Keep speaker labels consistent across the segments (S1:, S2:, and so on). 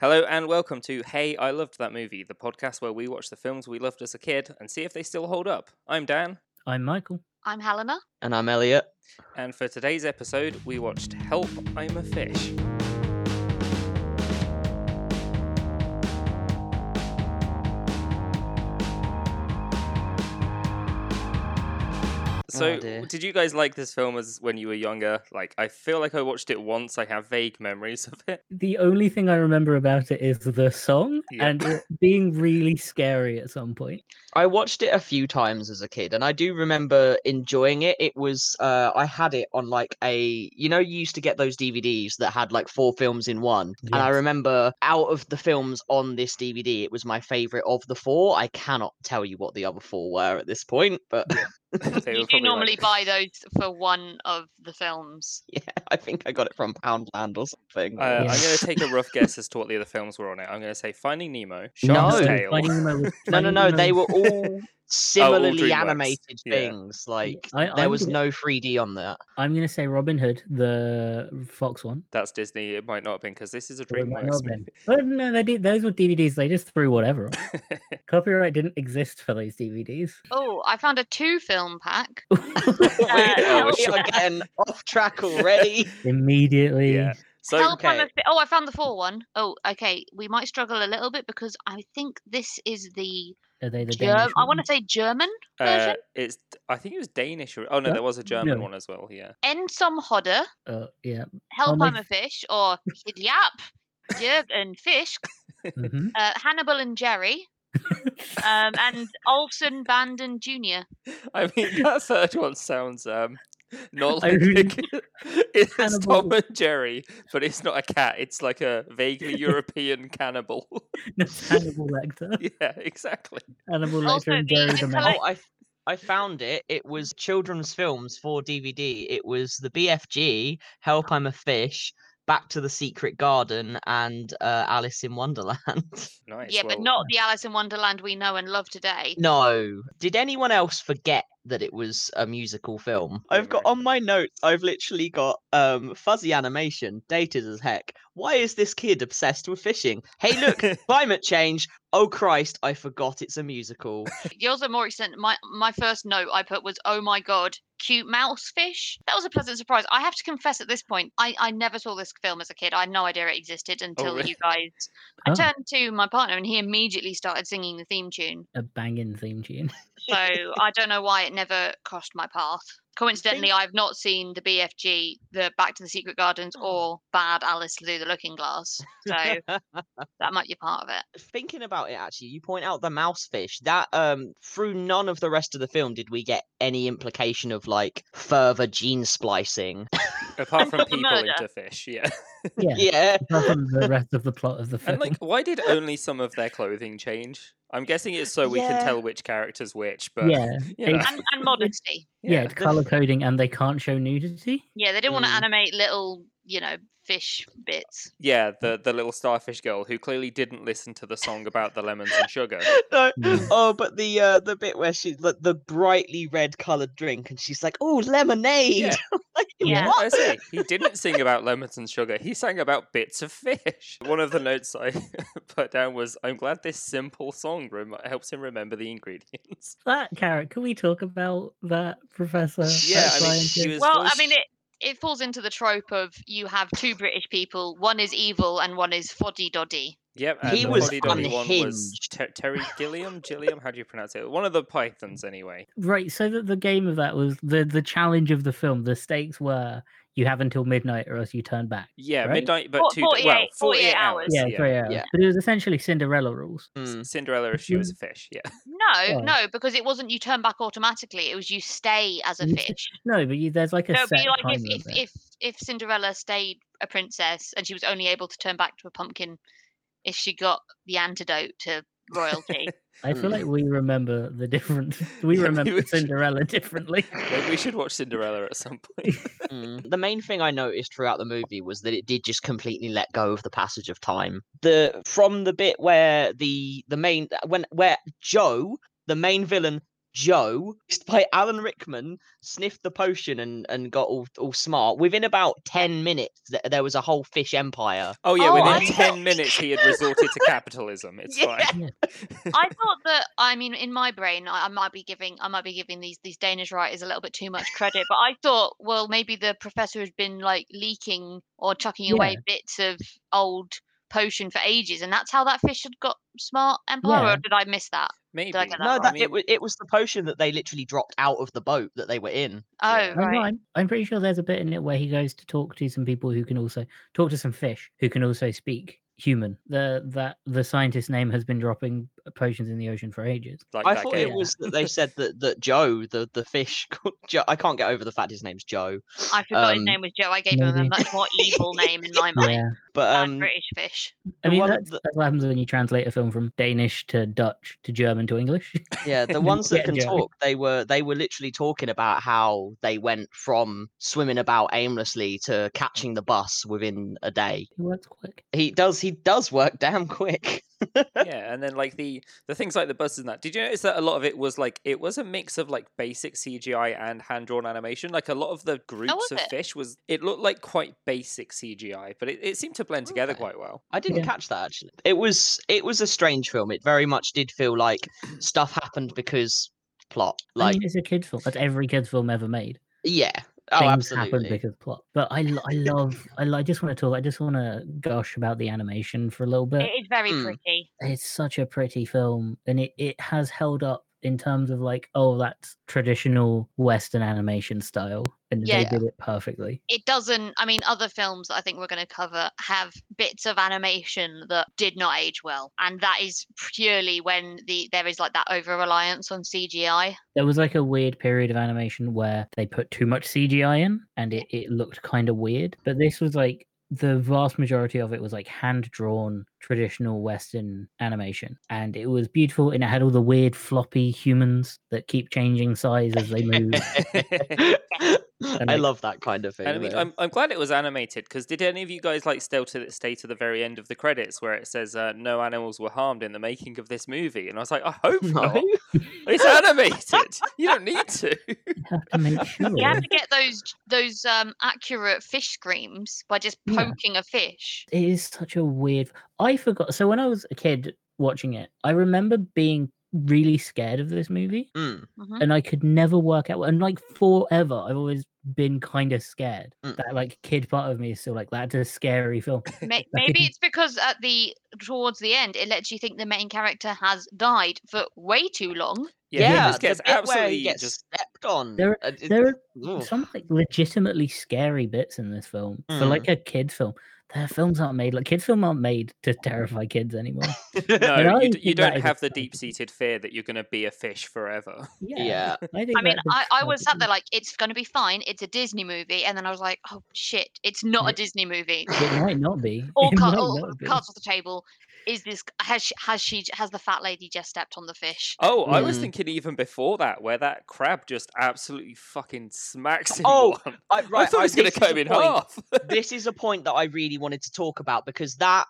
S1: Hello and welcome to Hey, I Loved That Movie, the podcast where we watch the films we loved as a kid and see if they still hold up. I'm Dan,
S2: I'm Michael.
S3: I'm Helena.
S4: And I'm Elliot.
S1: and for today's episode, we watched Help, I'm a Fish. So,
S4: Oh, dear.
S1: did you guys like this film as when you were younger? Like, I feel like I watched it once. I have vague memories of it.
S2: The only thing I remember about it is the song
S1: Yeah.
S2: and it being really scary at some point.
S4: I watched it a few times as a kid, and I do remember enjoying it. It was uh, I had it on like a you know you used to get those DVDs that had like four films in one, and I
S2: Yes.
S4: remember out of the films on this DVD, it was my favorite of the four. I cannot tell you what the other four were at this point, but
S1: They were
S3: You do
S1: probably like-
S3: normally buy those for one of the films.
S4: yeah, I think I got it from Poundland or something.
S1: Uh, I'm
S2: Yeah.
S1: going to take a rough guess as to what the other films were on it. I'm going to say Finding Nemo,
S2: No,
S1: Shark's Tale.
S2: Finding Nemo was-
S4: no, no,
S2: Finding
S4: no,
S2: Nemo
S4: they
S2: was-
S4: were all similarly
S1: DreamWorks.
S4: animated
S1: Yeah.
S4: things. Like
S2: I-
S4: there
S2: I'm
S4: was
S2: gonna-
S4: no 3D on that.
S2: I'm gonna say Robin Hood, the Fox one.
S1: That's Disney. It might not have been because this is a
S2: or it might not
S1: DreamWorks
S2: have been.
S1: movie.
S2: But no, they did, those were DVDs. They just threw whatever. on. Copyright didn't exist for those DVDs.
S3: Oh, I found a two film pack.
S4: we
S3: Yeah.
S4: Uh, we are getting off track already.
S2: Immediately,
S1: yeah. So,
S3: Help, I'm a
S4: okay.
S3: fi- oh, I found the four one. Oh, okay. We might struggle a little bit because I think this is the,
S2: are they the
S3: Germ-
S2: Danish
S3: I want to
S2: ones?
S3: say German
S1: uh,
S3: version.
S1: it's I think it was Danish. Or, oh no,
S2: Yeah.
S1: there was a German
S2: No.
S1: one as well. Yeah.
S3: En som hodder,
S2: Uh, yeah.
S3: help
S2: my
S3: I'm a
S2: f-
S3: fish, or Hidyap, Jerb and Fish,
S2: mhm.
S3: uh, Hannibal and Jerry, um, and Olsen Bandon Jr.
S1: I mean, that third one sounds um not
S2: I
S1: like
S2: really-
S1: it's Tom
S2: Cannibal.
S1: and Jerry, but it's not a cat. It's like a vaguely European cannibal.
S2: That's Hannibal Lecter.
S1: yeah, exactly.
S2: Hannibal Lecter
S3: Also
S2: and
S3: the
S2: Jerry the
S3: intellect-
S2: Mouse.
S4: Oh, I, f- I found it. It was children's films for DVD. It was the BFG, Help I'm a Fish, Back to the Secret Garden, and uh, Alice in Wonderland.
S1: Nice.
S3: yeah, but
S1: well,
S3: not the Alice in Wonderland we know and love today.
S4: no. Did anyone else forget that it was a musical film?
S1: Yeah,
S4: I've got
S1: very
S4: on my notes, I've literally got um, fuzzy animation, dated as heck. Why is this kid obsessed with fishing? Hey, look, climate change. Oh, Christ, I forgot it's a musical.
S3: Yours are more extent. My my first note I put was, "Oh my god, cute mouse fish." That was a pleasant surprise. I have to confess, at this point, I I never saw this film as a kid. I had no idea it existed until
S1: really?
S3: you guys.
S2: Oh.
S3: I turned to my partner, and he immediately started singing the theme tune.
S2: A banging theme tune.
S3: So I don't know why it never crossed my path. Coincidentally, I've not seen the BFG, the Back to the Secret Gardens, or Bad Alice Through the Looking Glass. So that might be part of it.
S4: thinking about it actually you point out the mouse fish that um through none of the rest of the film did we get any implication of like further gene splicing
S1: apart from
S3: Not the
S1: people
S3: murder.
S1: into fish. Yeah.
S2: Yeah.
S4: yeah
S2: apart from the rest of the plot of the film.
S1: And like, why did only some of their clothing change? I'm guessing it's so we can
S4: Yeah.
S1: tell which character's which. But
S2: yeah,
S1: you
S2: they-
S1: know,
S3: And, and modesty.
S2: yeah,
S1: yeah.
S2: it's color coding, and they can't show nudity.
S3: Yeah, they didn't want to
S4: Mm.
S3: animate little, you know, fish bits.
S1: Yeah, the the little starfish girl who clearly didn't listen to the song about the lemons and sugar.
S4: no
S2: Mm.
S4: oh but the uh the bit where she the, the brightly red colored drink and she's like oh lemonade
S1: Yeah.
S4: Like,
S3: Yeah.
S1: What did I say? He didn't sing about lemons and sugar. He sang about bits of fish. One of the notes I put down was, "I'm glad this simple song rem- helps him remember the ingredients."
S2: That carrot. Can we talk about that, Professor?
S1: Yeah,
S2: that
S1: I mean,
S2: scientist?
S1: she was.
S3: Well, I
S1: voiced-
S3: mean, it it falls into the trope of you have two British people, one is evil and one is foddy doddy.
S1: Yep, and
S2: He
S1: the
S2: was
S1: Fuddy Duddy one was
S4: unhinged.
S1: Ter- Terry Gilliam. Gilliam, how do you pronounce it? One of the pythons, anyway.
S2: right. So that the game of that was the the challenge of the film. The stakes were you have until midnight, or else you turn back.
S1: Yeah,
S2: Right?
S1: midnight, but
S3: Four-
S1: two. Well,
S3: 48
S1: hours.
S3: 48 hours.
S2: Yeah, three hours.
S4: yeah.
S2: But it was essentially Cinderella rules.
S1: S-
S4: Mm.
S1: Cinderella if she was a fish. Yeah.
S3: No,
S2: Yeah.
S3: no, because it wasn't you turn back automatically. It was you stay as a
S2: You stay-
S3: fish.
S2: No, but you, there's like a
S3: No, it'd
S2: set
S3: be like
S2: time
S3: if if,
S2: limit.
S3: if if Cinderella stayed a princess and she was only able to turn back to a pumpkin if she got the antidote to royalty.
S2: I feel
S4: Mm.
S2: like we remember the difference. We
S1: Yeah, we
S2: remember
S1: would-
S2: Cinderella differently.
S1: Maybe we should watch Cinderella at some point.
S4: Mm. The main thing I noticed throughout the movie was that it did just completely let go of the passage of time. The from the bit where the the main when where Joe, the main villain, Joe, just by Alan Rickman, sniffed the potion and, and got all, all smart. Within about 10 minutes, th- there was a whole fish empire.
S1: Oh yeah,
S3: Oh,
S1: within
S3: I-
S1: ten minutes he had resorted to capitalism. It's
S3: Yeah.
S1: fine.
S3: I thought that I mean in my brain I, I might be giving I might be giving these these Danish writers a little bit too much credit, but I thought well maybe the professor has been like leaking or chucking away bits of old potion for ages, and that's how that fish had got smart empire.
S2: Yeah.
S3: Or did I miss that?
S1: Maybe.
S3: get that
S4: No,
S3: right?
S4: that,
S1: I mean,
S4: it, was, it was the potion that they literally dropped out of the boat that they were in.
S3: Oh
S1: Yeah.
S2: I know,
S3: right.
S2: I'm, I'm pretty sure there's a bit in it where he goes to talk to some people who can also talk to some fish who can also speak human. The that the scientist's name has been dropping potions in the ocean for ages.
S1: like
S4: I
S1: that
S4: thought
S1: game.
S4: it was that they said that, that Joe, the, the fish, called Joe, I can't get over the fact his name's Joe.
S3: I forgot his
S4: Um,
S3: name was Joe. I gave him a
S2: maybe.
S3: much more evil name in my mind.
S2: Yeah,
S4: But
S3: Bad
S4: um,
S3: British fish.
S2: I
S4: The
S2: mean
S4: one
S2: that's,
S4: that-
S2: that's what happens when you translate a film from Danish to Dutch to German to English.
S4: Yeah, the
S2: And
S4: ones that
S2: get
S4: can
S2: Joey.
S4: talk, they were they were literally talking about how they went from swimming about aimlessly to catching the bus within a day.
S2: it works quick.
S4: He does he does work damn quick.
S1: yeah, and then like the the things like the buses and that. Did you notice that a lot of it was like it was a mix of like basic CGI and hand drawn animation? Like a lot of the groups
S3: was
S1: of
S3: it?
S1: fish was it looked like quite basic CGI, but it, it seemed to blend together
S4: Okay.
S1: quite well.
S4: I didn't
S2: Yeah.
S4: catch that actually. It was it was a strange film. It very much did feel like stuff happened because plot.
S2: I
S4: Like
S2: mean, it's a kids film. That's every kids film ever made.
S4: yeah. Oh,
S2: things happen
S4: absolutely.
S2: because plot. But I, lo- I love, I, lo- I just want to talk, I just want to gush about the animation for a little bit.
S3: It is very
S4: Mm.
S3: pretty.
S2: It's such a pretty film and it, it has held up in terms of like, oh, that's traditional Western animation style. And they
S3: Yeah.
S2: did it perfectly.
S3: It doesn't. I mean, other films that I think we're going to cover have bits of animation that did not age well, and that is purely when the there is like that over reliance on CGI.
S2: There was like a weird period of animation where they put too much CGI in and it, it looked kind of weird. But this was like, the vast majority of it was like hand drawn traditional Western animation. And it was beautiful and it had all the weird floppy humans that keep changing size as they move.
S4: I
S2: like-
S4: love that kind of thing.
S1: And I mean,
S4: though.
S1: I'm, I'm glad it was animated because did any of you guys like stay to stay to the very end of the credits where it says uh, no animals were harmed in the making of this movie? And I was like, I hope not.
S4: no.
S1: It's animated. you don't need to.
S2: have to make sure.
S3: You have to get those those um, accurate fish screams by just
S2: Yeah.
S3: poking a fish.
S2: It is such a weird. I forgot. So when I was a kid watching it, I remember being really scared of this movie,
S4: Mm,
S3: Mhm.
S2: and I could never work out. And like forever, I've always been kind of scared.
S4: Mm.
S2: That like kid part of me is still like that's a scary film.
S3: May- Maybe it's because at the towards the end it lets you think the main character has died for way too long.
S1: Yeah, he
S2: Yeah,
S1: just
S4: the
S1: gets
S4: bit where
S1: absolutely
S4: he gets
S1: just
S4: stepped on.
S2: There-
S4: and it-
S2: there are
S4: Ugh.
S2: Some like legitimately scary bits in this film for
S4: Mm.
S2: like a kid film. Their films aren't made like kids' film aren't made to
S3: Mm.
S2: terrify kids anymore. But
S1: no.
S2: I
S1: You, d- you
S2: think that
S1: don't
S2: is a
S1: have the
S2: sign.
S1: deep seated fear that you're going to be a fish forever.
S4: yeah.
S2: I, think
S3: I mean,
S2: that's a
S3: I, I was sat
S2: perfect-
S3: there like, it's going to be fine. It's a Disney movie. And then I was like, oh, shit, it's not a
S2: Yeah.
S3: Disney movie.
S2: It might not be.
S3: All,
S2: It
S3: car-
S2: might
S3: all
S2: not be.
S3: cards oh, off the table. Is this, has she, has she, has the fat lady just stepped on the fish?
S1: Oh, I was
S4: Mm.
S1: thinking even before that, where that crab just absolutely fucking smacks him.
S4: Oh,
S1: one.
S4: I, right,
S1: I thought it was going
S4: this
S1: to
S4: is
S1: come
S4: a
S1: in
S4: point-
S1: half.
S4: this is a point that I really wanted to talk about because that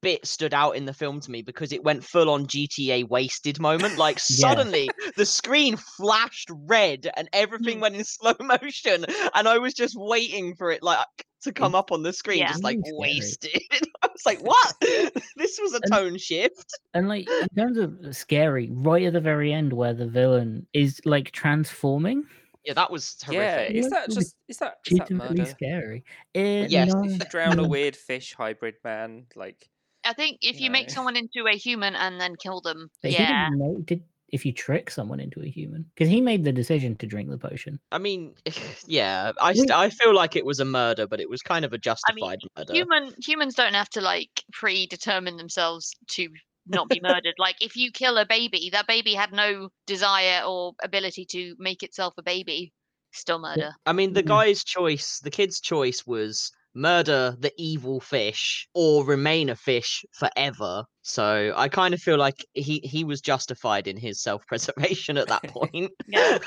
S4: bit stood out in the film to me because it went full on GTA wasted moment. Like suddenly the screen flashed red and everything
S3: Mm.
S4: went in slow motion, and I was just waiting for it like to come up on the screen,
S3: Yeah.
S4: just like
S2: Really scary.
S4: wasted. I was like, what? this was a
S2: And-
S4: tone shift.
S2: And like in terms of uh, scary, right at the very end where the villain is like transforming,
S4: Yeah, that was
S1: yeah,
S4: horrific.
S1: is
S2: Yeah,
S1: that
S2: it was
S1: just is that is that
S2: legitimately
S1: murder?
S2: scary. Eh,
S4: Yes.
S2: no,
S1: To drown a
S2: Mm.
S1: weird fish hybrid man, like
S3: I think if you make
S1: No.
S3: someone into a human and then kill them,
S2: but he
S3: yeah.
S2: didn't know, did if you trick someone into a human because he made the decision to drink the potion.
S4: I mean, yeah, I st- I feel like it was a murder, but it was kind of a justified murder.
S3: Human humans don't have to like predetermine themselves to not be murdered. Like if you kill a baby, that baby had no desire or ability to make itself a baby. Still murder.
S4: I mean, the
S2: Mm.
S4: guy's choice, the kid's choice was murder the evil fish or remain a fish forever. So I kind of feel like he he was justified in his self-preservation at that point.
S3: Yeah.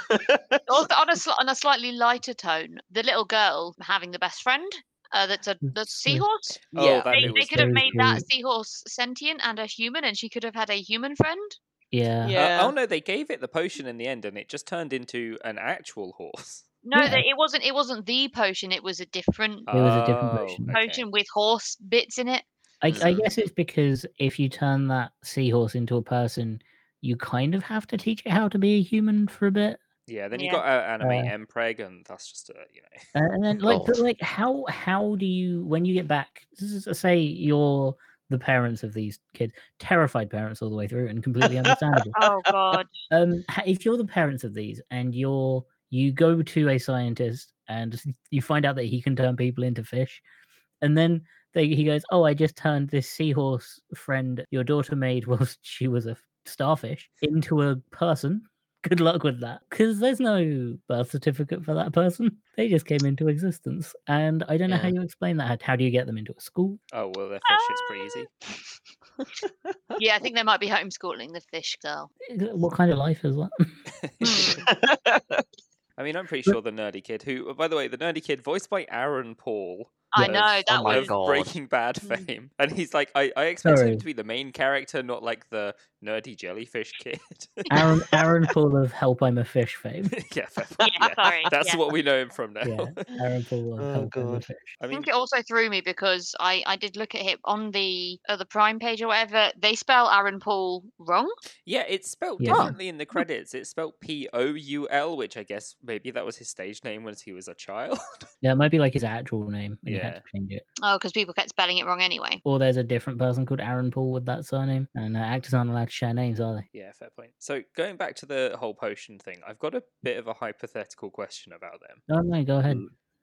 S3: Also, Oh, on a sli- on a slightly lighter tone, the little girl having the best friend. Uh, that's a the
S2: Yes.
S3: seahorse.
S1: oh
S4: Yeah.
S1: that
S3: They,
S1: bit
S3: they
S1: was
S3: could have
S2: very
S3: made that
S2: cute.
S3: seahorse sentient and a human, and she could have had a human friend.
S2: Yeah.
S1: Uh,
S4: Yeah.
S1: oh no, they gave it the potion in the end, and it just turned into an actual horse.
S3: No,
S2: Yeah.
S3: that it wasn't. It wasn't the potion. It was a different
S2: It was a different
S1: Oh,
S2: potion.
S1: okay.
S3: potion with horse bits in it.
S2: I, I
S1: Mm.
S2: guess it's because if you turn that seahorse into a person, you kind of have to teach it how to be a human for a bit.
S1: Yeah, then you
S3: Yeah.
S1: got uh, anime
S2: Uh,
S1: Mpreg, and that's just a you know.
S2: Uh, And then, like, but
S4: God.
S2: like, how how do you when you get back? s- s- Say you're the parents of these kids, terrified parents all the way through, and completely understandable.
S3: Oh god.
S2: um, h- if you're the parents of these, and you're you go to a scientist and s- you find out that he can turn people into fish, and then they, he goes, "Oh, I just turned this seahorse friend your daughter made whilst she was a f- starfish into a person." Good luck with that, because there's no birth certificate for that person. They just came into existence, and I don't know how
S4: Yeah.
S2: you explain that. How do you get them into a school?
S1: Oh well, their
S3: Ah.
S1: fish it's pretty easy.
S3: Yeah, I think they might be homeschooling the fish girl.
S2: Eh, What kind of life is that?
S3: Hmm.
S1: I mean, I'm pretty
S2: But-
S1: sure the nerdy kid, who, oh, by the way, the nerdy kid, voiced by Aaron Paul,
S3: I
S1: Yes.
S3: know that
S4: Oh my
S3: was.
S1: of
S4: God.
S1: Breaking Bad
S3: Mm.
S1: fame, and he's like, I, I expect
S2: Sorry.
S1: him to be the main character, not like the nerdy jellyfish kid.
S2: Aaron, Aaron, full of help. I'm a fish fame.
S1: yeah, fair
S3: Yeah,
S1: point, yeah.
S3: sorry.
S1: that's
S3: yeah.
S1: what we know him from now.
S2: Yeah, Aaron Paul of
S4: Oh,
S2: help. I'm a
S4: God.
S2: fish.
S1: I
S3: I
S1: mean,
S3: think it also threw me because I, I did look at it on the other Prime page or whatever. They spell Aaron Paul wrong.
S1: yeah, it's spelled
S2: Yeah.
S1: differently in the credits. It's spelled P O U L, which I guess maybe that was his stage name when he was a child.
S2: Yeah, it might be like his actual name. And yeah. had
S1: Yeah.
S2: to change it.
S3: Oh, because people kept spelling it wrong anyway.
S2: Or there's a different person called Aaron Paul with that surname. And uh, actors aren't allowed to share names, are they?
S1: Yeah, fair point. So going back to the whole potion thing, I've got a bit of a hypothetical question about them.
S2: Oh, no, go ahead.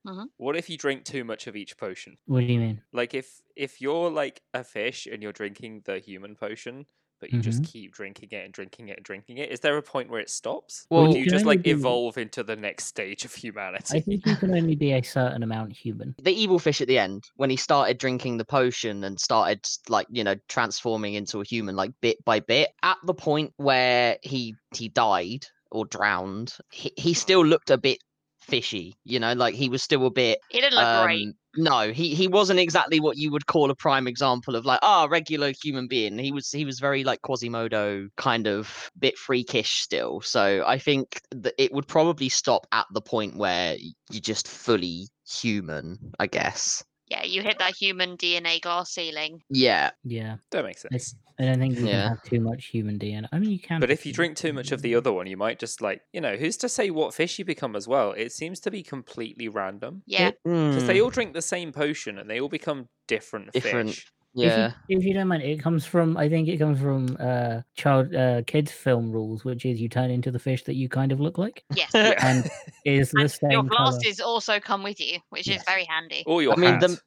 S4: Mm.
S1: What if you drink too much of each potion?
S2: What do you mean?
S1: Like if if you're like a fish and you're drinking the human potion, but you
S2: Mm-hmm.
S1: just keep drinking it and drinking it and drinking it, is there a point where it stops? or
S4: Well,
S1: do you
S2: you
S1: just
S2: can
S1: like
S2: only do-
S1: evolve into the next stage of
S2: I
S1: humanity?
S2: think you can only be a certain amount human.
S4: the evil fish at the end when he started drinking the potion and started like you know transforming into a human like bit by bit at the point where he he died or drowned he, he still looked a bit fishy you know like he was still a bit
S3: It didn't look great.
S4: um, no he he wasn't exactly what you would call a prime example of like ah regular human being he was he was very like quasimodo kind of bit freakish still so i think that it would probably stop at the point where y- you're just fully human i guess
S3: Yeah, you hit that human DNA glass ceiling.
S4: yeah
S2: Yeah.
S1: That makes
S2: I,
S1: sense.
S2: I don't think you
S4: Yeah.
S2: can have too much human DNA. I mean, you can.
S1: But
S2: have
S1: if you
S2: human
S1: drink too much of the
S2: DNA.
S1: other one, you might just like you know, who's to say what fish you become as well? It seems to be completely random.
S3: Yeah.
S1: Because
S4: Mm,
S1: they all drink the same potion and they all become different,
S4: Hmm. Different.
S1: fish.
S4: yeah
S2: If you, if you don't mind, it comes from, I think it comes from uh, child, uh, kids' film rules, which is you turn into the fish that you kind of look like.
S3: Yes.
S4: Yeah.
S2: And is the
S3: And
S2: same.
S3: your
S2: colour.
S3: glasses also come with you, which is
S2: Yes.
S3: very handy.
S1: or your
S4: I mean,
S1: hat.
S4: the-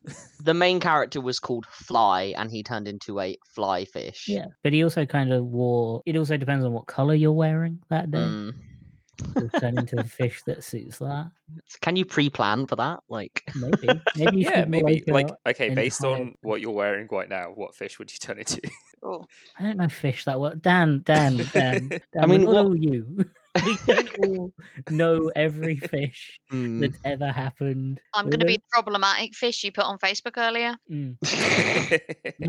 S4: the main character was called fly and he turned into a fly fish
S2: Yeah, but he also kind of wore. It also depends on what color you're wearing that day.
S4: Mm.
S2: You'll turn into the fish that suits that.
S4: can you pre-plan for that like
S2: Maybe, maybe. You
S1: yeah,
S2: should uh,
S1: maybe.
S2: wake
S1: Like,
S2: up-
S1: okay,
S2: in
S1: based
S2: higher
S1: on what you're wearing right now, what fish would you turn into?
S3: Oh.
S2: I don't know fish that well. Dan, Dan, Dan. Dan I mean,
S4: mean,
S2: what
S4: what-
S2: are you? we don't all know every fish
S4: Mm.
S2: that's ever happened.
S3: I'm
S2: We
S3: going to be
S2: don't-
S3: the problematic fish you put on Facebook earlier.
S2: Mm,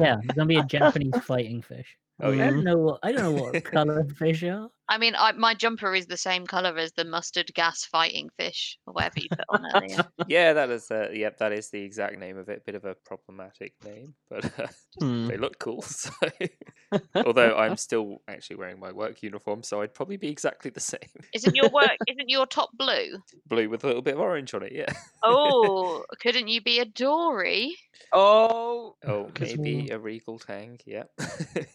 S2: yeah, it's gonna be a Japanese fighting fish.
S1: Oh,
S2: I
S1: yeah.
S2: don't know what I don't know what color fish are.
S3: I mean, I, my jumper is the same color as the mustard gas fighting fish, or whatever you put on earlier.
S1: yeah, that is. Uh, yep, that is the exact name of it. Bit of a problematic name, but uh,
S4: Mm.
S1: they look cool. So, although I'm still actually wearing my work uniform, so I'd probably be exactly the same.
S3: Isn't your work? Isn't your top blue?
S1: Blue with a little bit of orange on it. Yeah.
S3: Oh, couldn't you be a Dory?
S4: oh
S1: Oh,
S4: Because
S1: maybe a regal tang. Yeah.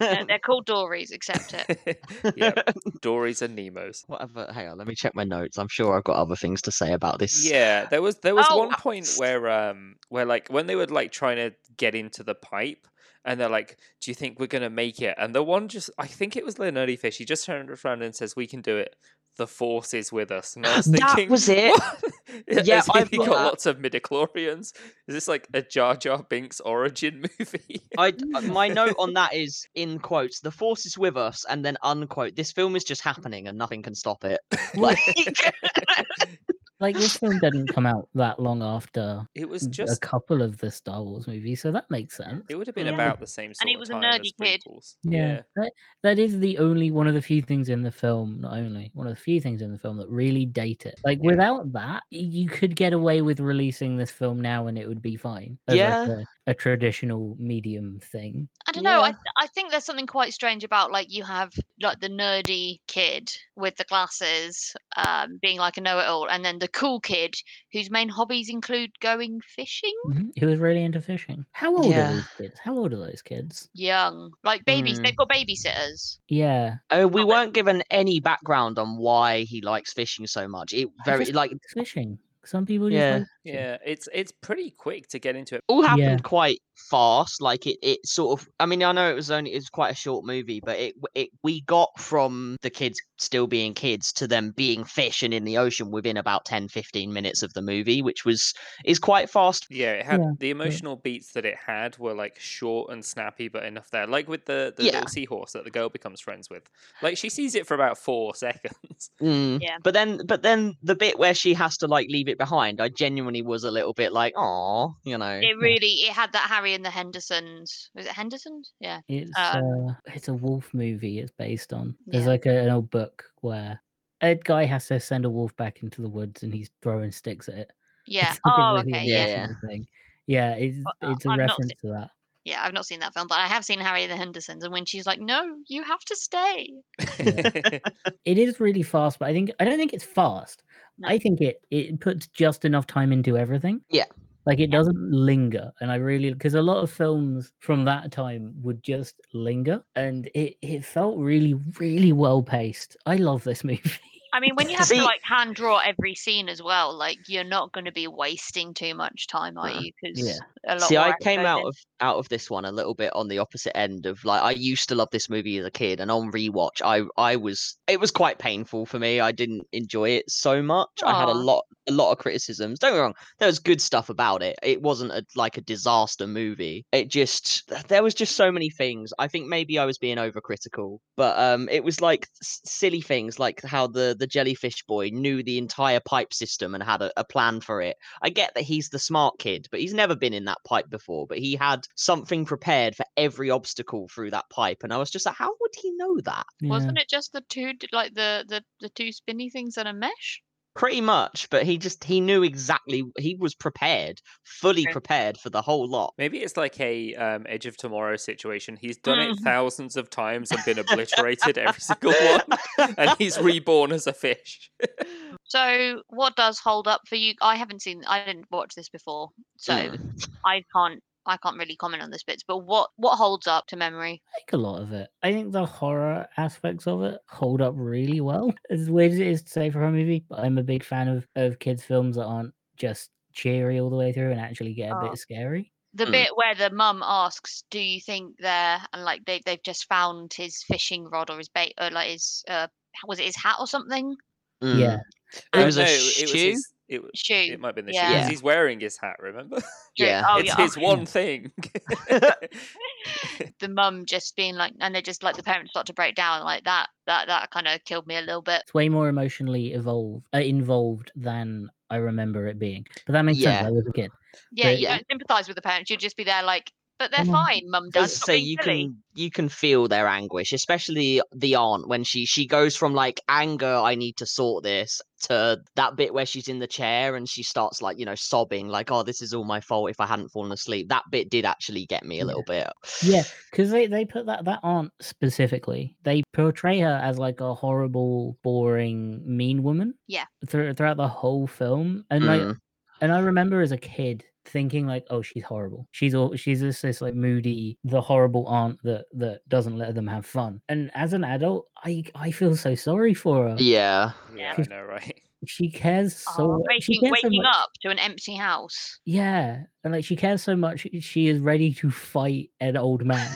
S3: No, they're called Dories, except it.
S1: yeah. Dories and Nemos.
S4: Whatever. uh, Hang on, let me check my notes. I'm sure I've got other things to say about this.
S1: Yeah, there was there was
S3: Oh,
S1: one
S4: uh,
S1: point where um where like when they were like trying to get into the pipe and they're like, "Do you think we're gonna make it?" And the one just I think it was Leonardi Fish. He just turned around and says, "We can do it. The force is with us." And I was
S4: That
S1: thinking,
S4: was it.
S1: "What?"
S4: Yeah,
S1: As if
S4: I've
S1: he
S4: got
S1: got
S4: that.
S1: lots of midichlorians. Is this like a Jar Jar Binks origin movie?
S4: I d- uh, my note on that is in quotes. The force is with us, and then unquote. This film is just happening, and nothing can stop it. Like,
S2: Like this film didn't come out that long after
S1: It was
S2: a
S1: just.
S2: couple of the Star Wars movies, so that makes sense.
S1: It would have been
S3: Yeah.
S1: about the same sort
S3: it
S1: of
S3: was a
S1: time
S3: nerdy
S1: as
S3: kid.
S1: prequels.
S2: That, that is the only one of the few things in the film, not only one of the few things in the film that really date it. Like without that, y- you could get away with releasing this film now and it would be fine. as, like,
S4: Yeah.
S2: a, a traditional medium thing.
S3: I don't know. I,
S4: Yeah.
S3: th- I think there's something quite strange about like you have like the nerdy kid with the glasses um, being like a know-it-all, and then the cool kid whose main hobbies include going fishing.
S2: Mhm. He was really into fishing. How old
S4: Mm-hmm. Yeah.
S2: are those kids? How old are those kids?
S3: Young, like babies.
S2: Hmm.
S4: Mm.
S3: They've got babysitters.
S2: Yeah.
S4: Oh, we
S3: Okay.
S4: weren't given any background on why he likes fishing so much. It
S2: I
S4: very
S2: just
S4: like
S2: liked fishing. Some people just
S4: Yeah.
S2: like
S1: Yeah.
S2: Yeah.
S1: Yeah. It's it's pretty quick to get into it.
S4: all happened
S2: Yeah.
S4: quite fast. Like it, it sort of. I mean, I know it was only it was quite a short movie, but it it we got from the kids still being kids to them being fish and in the ocean within about 10, 15 minutes of the movie, which was is quite fast.
S1: Yeah, it had
S2: Yeah,
S1: the emotional beats that it had were like short and snappy, but enough there. Like with the, the
S4: Yeah.
S1: little seahorse that the girl becomes friends with. Like she sees it for about four seconds.
S4: Mm.
S3: Yeah.
S4: But then, but then the bit where she has to like leave it behind, I genuinely was a little bit like, oh, you know.
S3: It really it had that Harry and the Hendersons. Was it Hendersons? Yeah.
S2: It's
S3: Um,
S2: uh, it's a wolf movie. It's based on. There's
S3: Yeah.
S2: like a, an old book where a guy has to send a wolf back into the woods, and he's throwing sticks at it.
S3: Yeah.
S2: It's something
S3: Oh,
S2: like the
S3: okay.
S4: yeah.
S3: Yeah.
S2: original Thing. Yeah, it's
S3: uh,
S2: it's a
S3: I've not
S2: reference to that.
S3: Yeah. I've not seen that film, but I have seen Harry and the Hendersons. And when she's like, "No, you have to stay,"
S2: It is really fast, but I think I don't think it's fast.
S3: No.
S2: I think it it puts just enough time into everything.
S4: Yeah.
S2: Like it doesn't linger, and I really because a lot of films from that time would just linger, and it it felt really really well paced. I love this movie.
S3: I mean, when you have
S4: See-
S3: to like hand draw every scene as well, like you're not going to be wasting too much time, are
S4: Uh,
S3: you?
S2: yeah.
S3: Because a lot.
S4: See,
S3: more
S4: I came
S3: episodes
S4: out
S3: in.
S4: of out of this one a little bit on the opposite end of like I used to love this movie as a kid, and on rewatch, I I was it was quite painful for me. I didn't enjoy it so much. I had a
S3: Aw.
S4: lot a lot of criticisms. Don't get me wrong, there was good stuff about it. It wasn't a, like a disaster movie. It just there was just so many things. I think maybe I was being overcritical, but um, it was like s- silly things like how the the jellyfish boy knew the entire pipe system and had a, a plan for it. I get that he's the smart kid, but he's never been in that pipe before. But he had something prepared for every obstacle through that pipe, and I was just like, how would he know that?
S3: Wasn't it just the two, d- like the the the two spinny things and a mesh?
S4: Pretty much, but he just he knew exactly. He was prepared, fully
S3: Okay.
S4: prepared for the whole lot.
S1: Maybe it's like a um, Edge of Tomorrow situation. He's done it
S3: Mhm.
S1: thousands of times and been obliterated every single one, and he's reborn as a fish.
S3: So, what does hold up for you? I haven't seen. I didn't watch this before, so
S4: Mm.
S3: I can't. I can't really comment on this bits. But what what holds up to memory?
S2: like a lot of it. I think the horror aspects of it hold up really well. As weird as it is to say for a movie, but I'm a big fan of, of kids' films that aren't just cheery all the way through and actually get a
S3: Oh.
S2: bit scary.
S3: The
S4: Mm.
S3: bit where the mum asks, "Do you think they're and like they they've just found his fishing rod or his bait or like his uh was it his hat or something
S4: Mm.
S2: Yeah.
S4: It was a
S1: no, it was
S4: shoe.
S1: his, it, w-
S3: shoe?
S1: it might have been the shoe
S3: Yeah.
S1: because he's wearing his hat. Remember,
S3: True.
S4: Yeah.
S3: Oh,
S1: it's
S3: yeah.
S1: his one thing.
S3: the mum just being like, and they just like the parents start to break down like that. That that kind of killed me a little bit.
S2: It's way more emotionally evolved, uh, involved than I remember it being. But that makes sense.
S4: Yeah.
S2: I was a kid.
S3: Yeah,
S2: But-
S3: you
S4: Yeah.
S3: don't sympathise with the parents. You'd just be there like, but they're
S2: Mm.
S3: fine, mum.
S4: I
S3: Dad,
S4: was
S3: stop
S4: gonna say
S3: being
S4: you
S3: silly."
S4: can you can feel their anguish, especially the aunt when she she goes from like anger, I need to sort this, to that bit where she's in the chair and she starts like you know sobbing, like oh this is all my fault if I hadn't fallen asleep. That bit did actually get me a
S2: Yeah.
S4: little bit.
S2: Yeah, because they, they put that that aunt specifically. They portray her as like a horrible, boring, mean woman.
S3: Yeah.
S2: Through, throughout the whole film, and like
S4: Mm.
S2: And I remember as a kid thinking like, "Oh, she's horrible. She's all she's just this like moody, the horrible aunt that that doesn't let them have fun." And as an adult, I I feel so sorry for her.
S4: yeah.
S1: yeah, I
S2: Yeah.
S1: know, right?
S2: She cares so.
S3: Oh,
S2: mu- she
S3: waking
S2: cares so
S3: waking
S2: much-
S3: up to an empty house.
S2: Yeah, and like she cares so much, she is ready to fight an old man.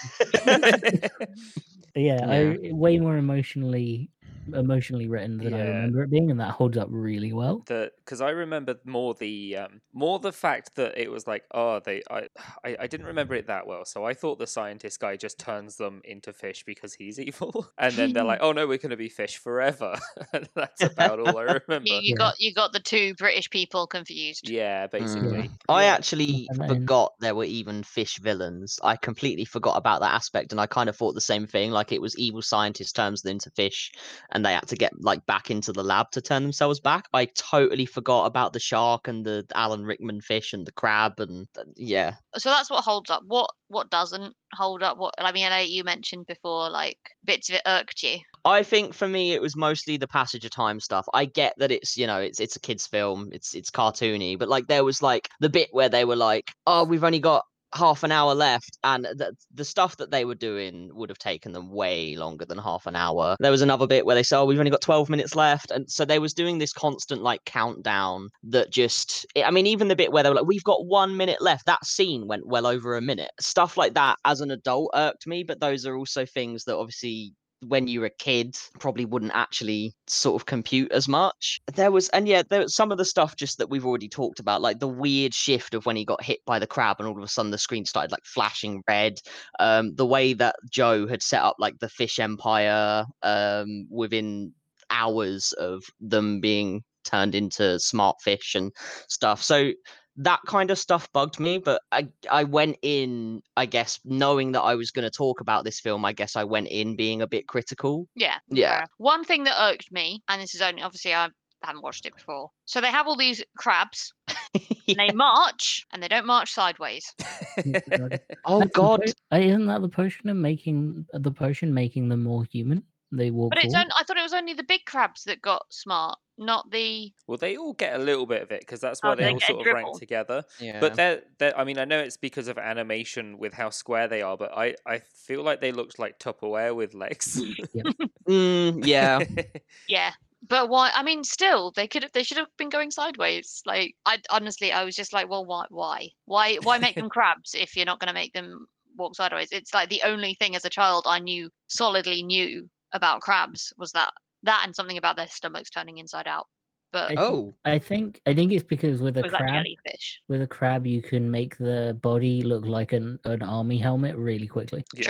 S2: yeah, I way more emotionally emotionally written than I
S1: Yeah.
S2: remember it being, and that holds up really well.
S1: the because I remember more the um, more the fact that it was like oh they I, I I didn't remember it that well so I thought the scientist guy just turns them into fish because he's evil and then they're like oh no we're gonna be fish forever and that's about all I remember
S3: You,
S2: Yeah.
S3: you got you got the two British people confused.
S1: yeah basically
S4: I
S1: Yeah.
S4: actually
S2: And then-
S4: forgot there were even fish villains. I completely forgot about that aspect, and I kind of thought the same thing. Like it was evil scientists turns them into fish, and they had to get like back into the lab to turn themselves back. I totally forgot about the shark and the Alan Rickman fish and the crab, and th- yeah,
S3: So that's what holds up. What what doesn't hold up? What I mean, I know you mentioned before, like bits of it irked you.
S4: I think for me it was mostly the passage of time stuff. I get that it's you know it's it's a kids film, it's it's cartoony, but like there was like the bit where they were like, "Oh, we've only got half an hour left," and the the stuff that they were doing would have taken them way longer than half an hour. There was another bit where they said, "Oh, we've only got twelve minutes left," and so they was doing this constant like countdown that just eh, I I mean even the bit where they were like, "We've got one minute left," that scene went well over a minute. Stuff like that as an adult irked me, but those are also things that obviously when you were a kid probably wouldn't actually sort of compute as much there was and yeah there was some of the stuff just that we've already talked about like the weird shift of when he got hit by the crab and all of a sudden the screen started like flashing red um the way that joe had set up like the fish empire um within hours of them being turned into smart fish and stuff so that kind of stuff bugged me but i i went in i guess knowing that i was going to talk about this film i guess i went in being a bit critical
S3: Yeah.
S4: yeah
S3: fair. One thing that irked me, and this is only obviously I haven't watched it before. So they have all these crabs, and they march, and they don't march sideways.
S4: oh
S2: That's the
S4: god
S2: po- isn't that the potion of making the potion making them more human? They walk.
S3: But it's
S2: forward.
S3: only, I thought it was only the big crabs that got smart, not the
S1: well they all get a little bit of it because that's
S3: Oh,
S1: why they
S3: they
S1: all
S3: get a
S1: sort of rank
S3: dribble.
S1: together
S4: yeah.
S1: But they're, they're, I mean, I know it's because of animation with how square they are, but I, I feel like they looked like Tupperware with legs.
S4: mm, yeah
S3: yeah. But why? I mean, still they could have they should have been going sideways. Like I honestly, I was just like, well, why, why, why, why make them crabs if you're not going to make them walk sideways? It's like the only thing as a child I knew solidly knew about crabs was that that and something about their stomachs turning inside out. But
S2: I-
S3: it
S4: oh
S2: I think I think it's because with a
S3: was that
S2: crab
S3: jellyfish?
S2: with a crab you can make the body look like an, an army helmet really quickly.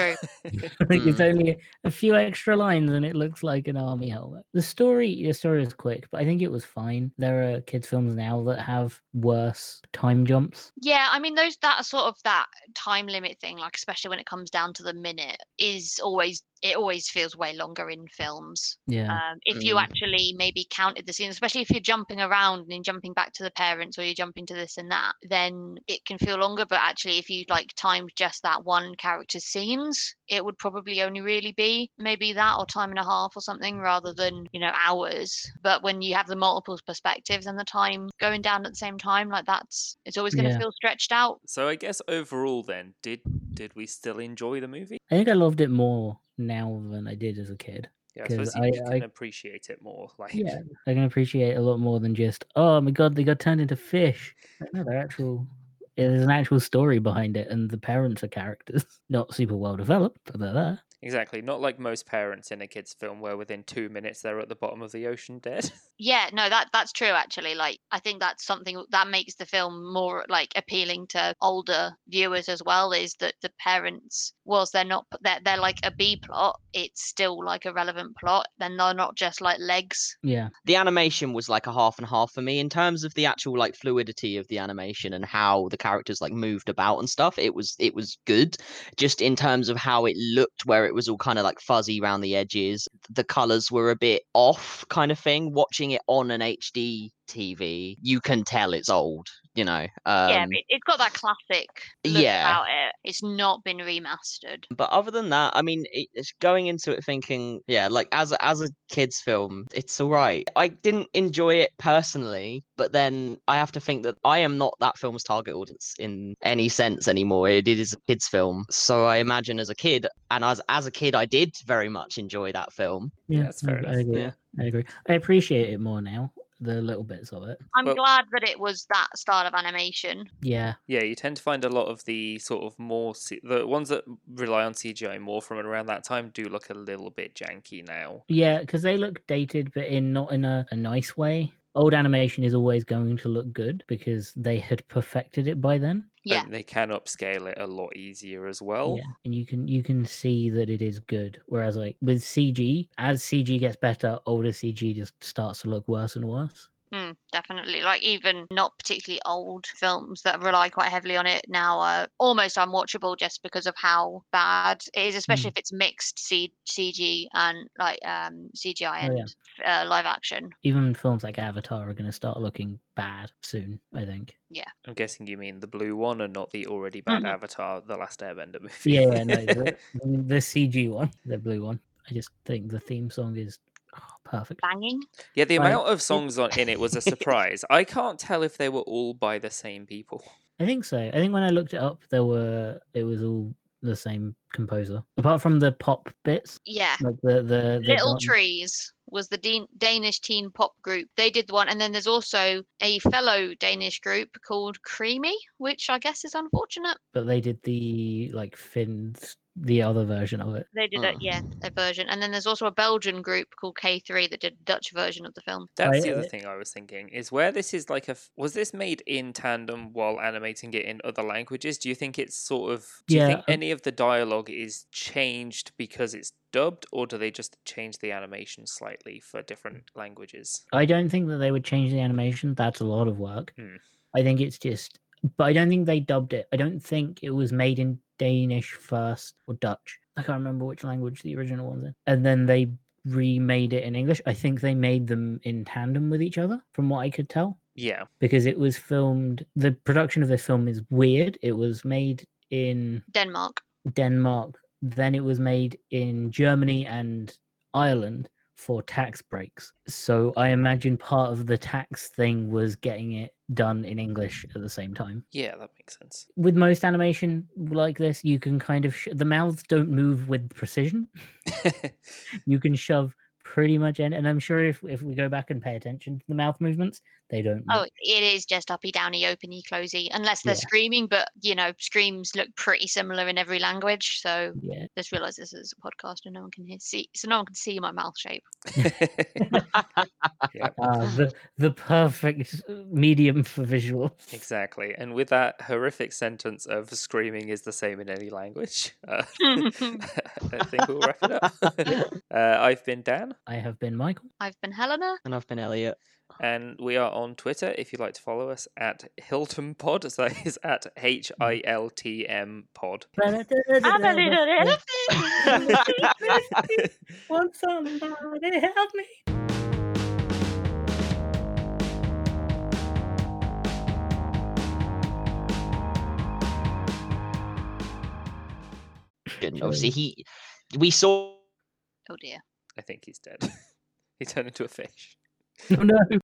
S1: Yeah.
S2: like it's
S4: Hmm.
S2: only a few extra lines and it looks like an army helmet. The story the story is quick, but I think it was fine. There are kids' films now that have worse time jumps.
S3: Yeah, I mean those that sort of that time limit thing, like especially when it comes down to the minute, is always it always feels way longer in films.
S2: Yeah.
S3: Um, if you
S4: Mm.
S3: actually maybe counted the scenes, especially if you're jumping around and you're jumping back to the parents or you're jumping to this and that, then it can feel longer. But actually, if you like timed just that one character's scenes, it would probably only really be maybe that or time and a half or something rather than, you know, hours. But when you have the multiple perspectives and the time going down at the same time, like that's, it's always going to
S2: Yeah.
S3: feel stretched out.
S1: so I guess overall, then, did did we still enjoy the movie?
S2: I think I loved it more now than I did as a kid.
S1: Yeah, I
S2: 'Cause
S1: suppose you,
S2: I-
S1: you
S2: I-
S1: can appreciate it more. Like,
S2: Yeah. I can appreciate it a lot more than just, oh my god, they got turned into fish. Like, No, they're actual there's an actual story behind it and the parents are characters. Not super well developed, but they're there.
S1: exactly. Not like most parents in a kids' film, where within two minutes they're at the bottom of the ocean dead.
S3: Yeah, no, that that's true actually. Like I think that's something w- that makes the film more like appealing to older viewers as well is that the parents whilst they're not p- they're, they're like a B plot, it's still like a relevant plot. Then they're not just like legs.
S2: Yeah.
S4: the animation was like a half and half for me in terms of the actual like fluidity of the animation and how the characters like moved about and stuff it was it was good just in terms of how it looked where it was all kind of like fuzzy around the edges the colors were a bit off kind of thing watching it on an hd tv you can tell it's old you know um
S3: yeah, but it, it's got that classic look
S4: yeah.
S3: about it. It's not been remastered.
S4: but other than that i mean it- it's going into it thinking yeah like as a, as a kids film it's all right i didn't enjoy it personally but then i have to think that i am not that film's target audience in any sense anymore it is a kids film so i imagine as a kid and as as a kid i did very much enjoy that film
S1: that's fair
S2: I, I
S1: enough.
S2: agree.
S4: Yeah.
S2: I agree. I appreciate it more now. the little bits of it.
S3: I'm
S1: Well-
S3: glad that it was that style of animation.
S2: Yeah,
S1: Yeah, you tend to find a lot of the sort of more C- the ones that rely on CGI more from around that time do look a little bit janky now.
S2: yeah, because they look dated, but in not in a, a nice way. Old animation is always going to look good because they had perfected it by then.
S3: Yeah.
S1: And they can upscale it a lot easier as well.
S2: Yeah, and you can you can see that it is good. Whereas like with CG, as CG gets better, older CG just starts to look worse and worse.
S3: Mm, definitely. Like even not particularly old films that rely quite heavily on it now are almost unwatchable just because of how bad it is,
S2: Mm.
S3: especially if it's mixed C- CG and like um, CGI
S2: Oh,
S3: and
S2: yeah.
S3: uh, live action.
S2: Even films like Avatar are going to start looking bad soon. I think.
S1: I'm guessing you mean the blue one and not the already bad
S3: Mhm.
S1: Avatar, the last Airbender movie.
S2: Yeah, yeah, no, the, the CG one, the blue one. I just think the theme song is oh, perfect.
S3: Banging.
S1: Yeah, the
S2: Like-
S1: amount of songs on in it was a surprise. I can't tell if they were all by the same people.
S2: I think so. I think when I looked it up, there were it was all the same composer, apart from the pop bits,
S3: Yeah.
S2: like the the, the
S3: Little
S2: dance-
S3: Trees was the Dean Danish teen pop group. They did one, and then there's also a fellow Danish group called Creamy, which I guess is unfortunate.
S2: but they did the like Finn's the other version of it.
S3: They did a
S4: Mm.
S3: yeah a version, and then there's also a Belgian group called K3 that did a Dutch version of the film.
S1: That's
S2: Right,
S1: the other
S2: uh,
S1: thing I was thinking is where this is like a f- was this made in tandem while animating it in other languages? Do you think it's sort of do you think
S2: Yeah, um,
S1: any of the dialogue is changed because it's dubbed or do they just change the animation slightly for different
S2: Mm.
S1: languages?
S2: I don't think that they would change the animation. That's a lot of work.
S1: Hmm.
S2: I think it's just, but I don't think they dubbed it. I don't think it was made in Danish first or Dutch. I can't remember which language the original one's in. And then they remade it in English. I think they made them in tandem with each other, from what I could tell,
S1: Yeah.
S2: because it was filmed. The production of this film is weird. It was made in
S3: Denmark.
S2: Denmark. Then it was made in Germany and Ireland for tax breaks. So I imagine part of the tax thing was getting it done in English at the same time.
S1: Yeah, that makes sense.
S2: With most animation like this, you can kind of sh- the mouths don't move with precision. You can shove pretty much in, and I'm sure if if we go back and pay attention to the mouth movements, they don't.
S3: Oh,
S2: move.
S3: it is just uppy, downy, openy, closey, unless they're
S2: Mm. Yeah.
S3: screaming. But you know, screams look pretty similar in every language. So
S2: yeah.
S3: just realize this is a podcast and no one can hear see, so no one can see my mouth shape.
S2: Ah, the the perfect uh, medium for visuals.
S1: exactly. And with that horrific sentence of screaming is the same in any language, uh, I think we'll wrap it up. uh, I've been Dan.
S2: I have been Michael.
S3: I've been Helena.
S4: and I've been Elliot.
S1: And we are on Twitter if you'd like to follow us at Hilton Pod. So that is at H I L T M Pod.
S3: I'm a little elephant.
S2: Want somebody help me?
S4: And
S2: Sure.
S4: obviously he we saw
S3: oh dear.
S1: I think he's dead. he turned into a fish.
S2: No, no.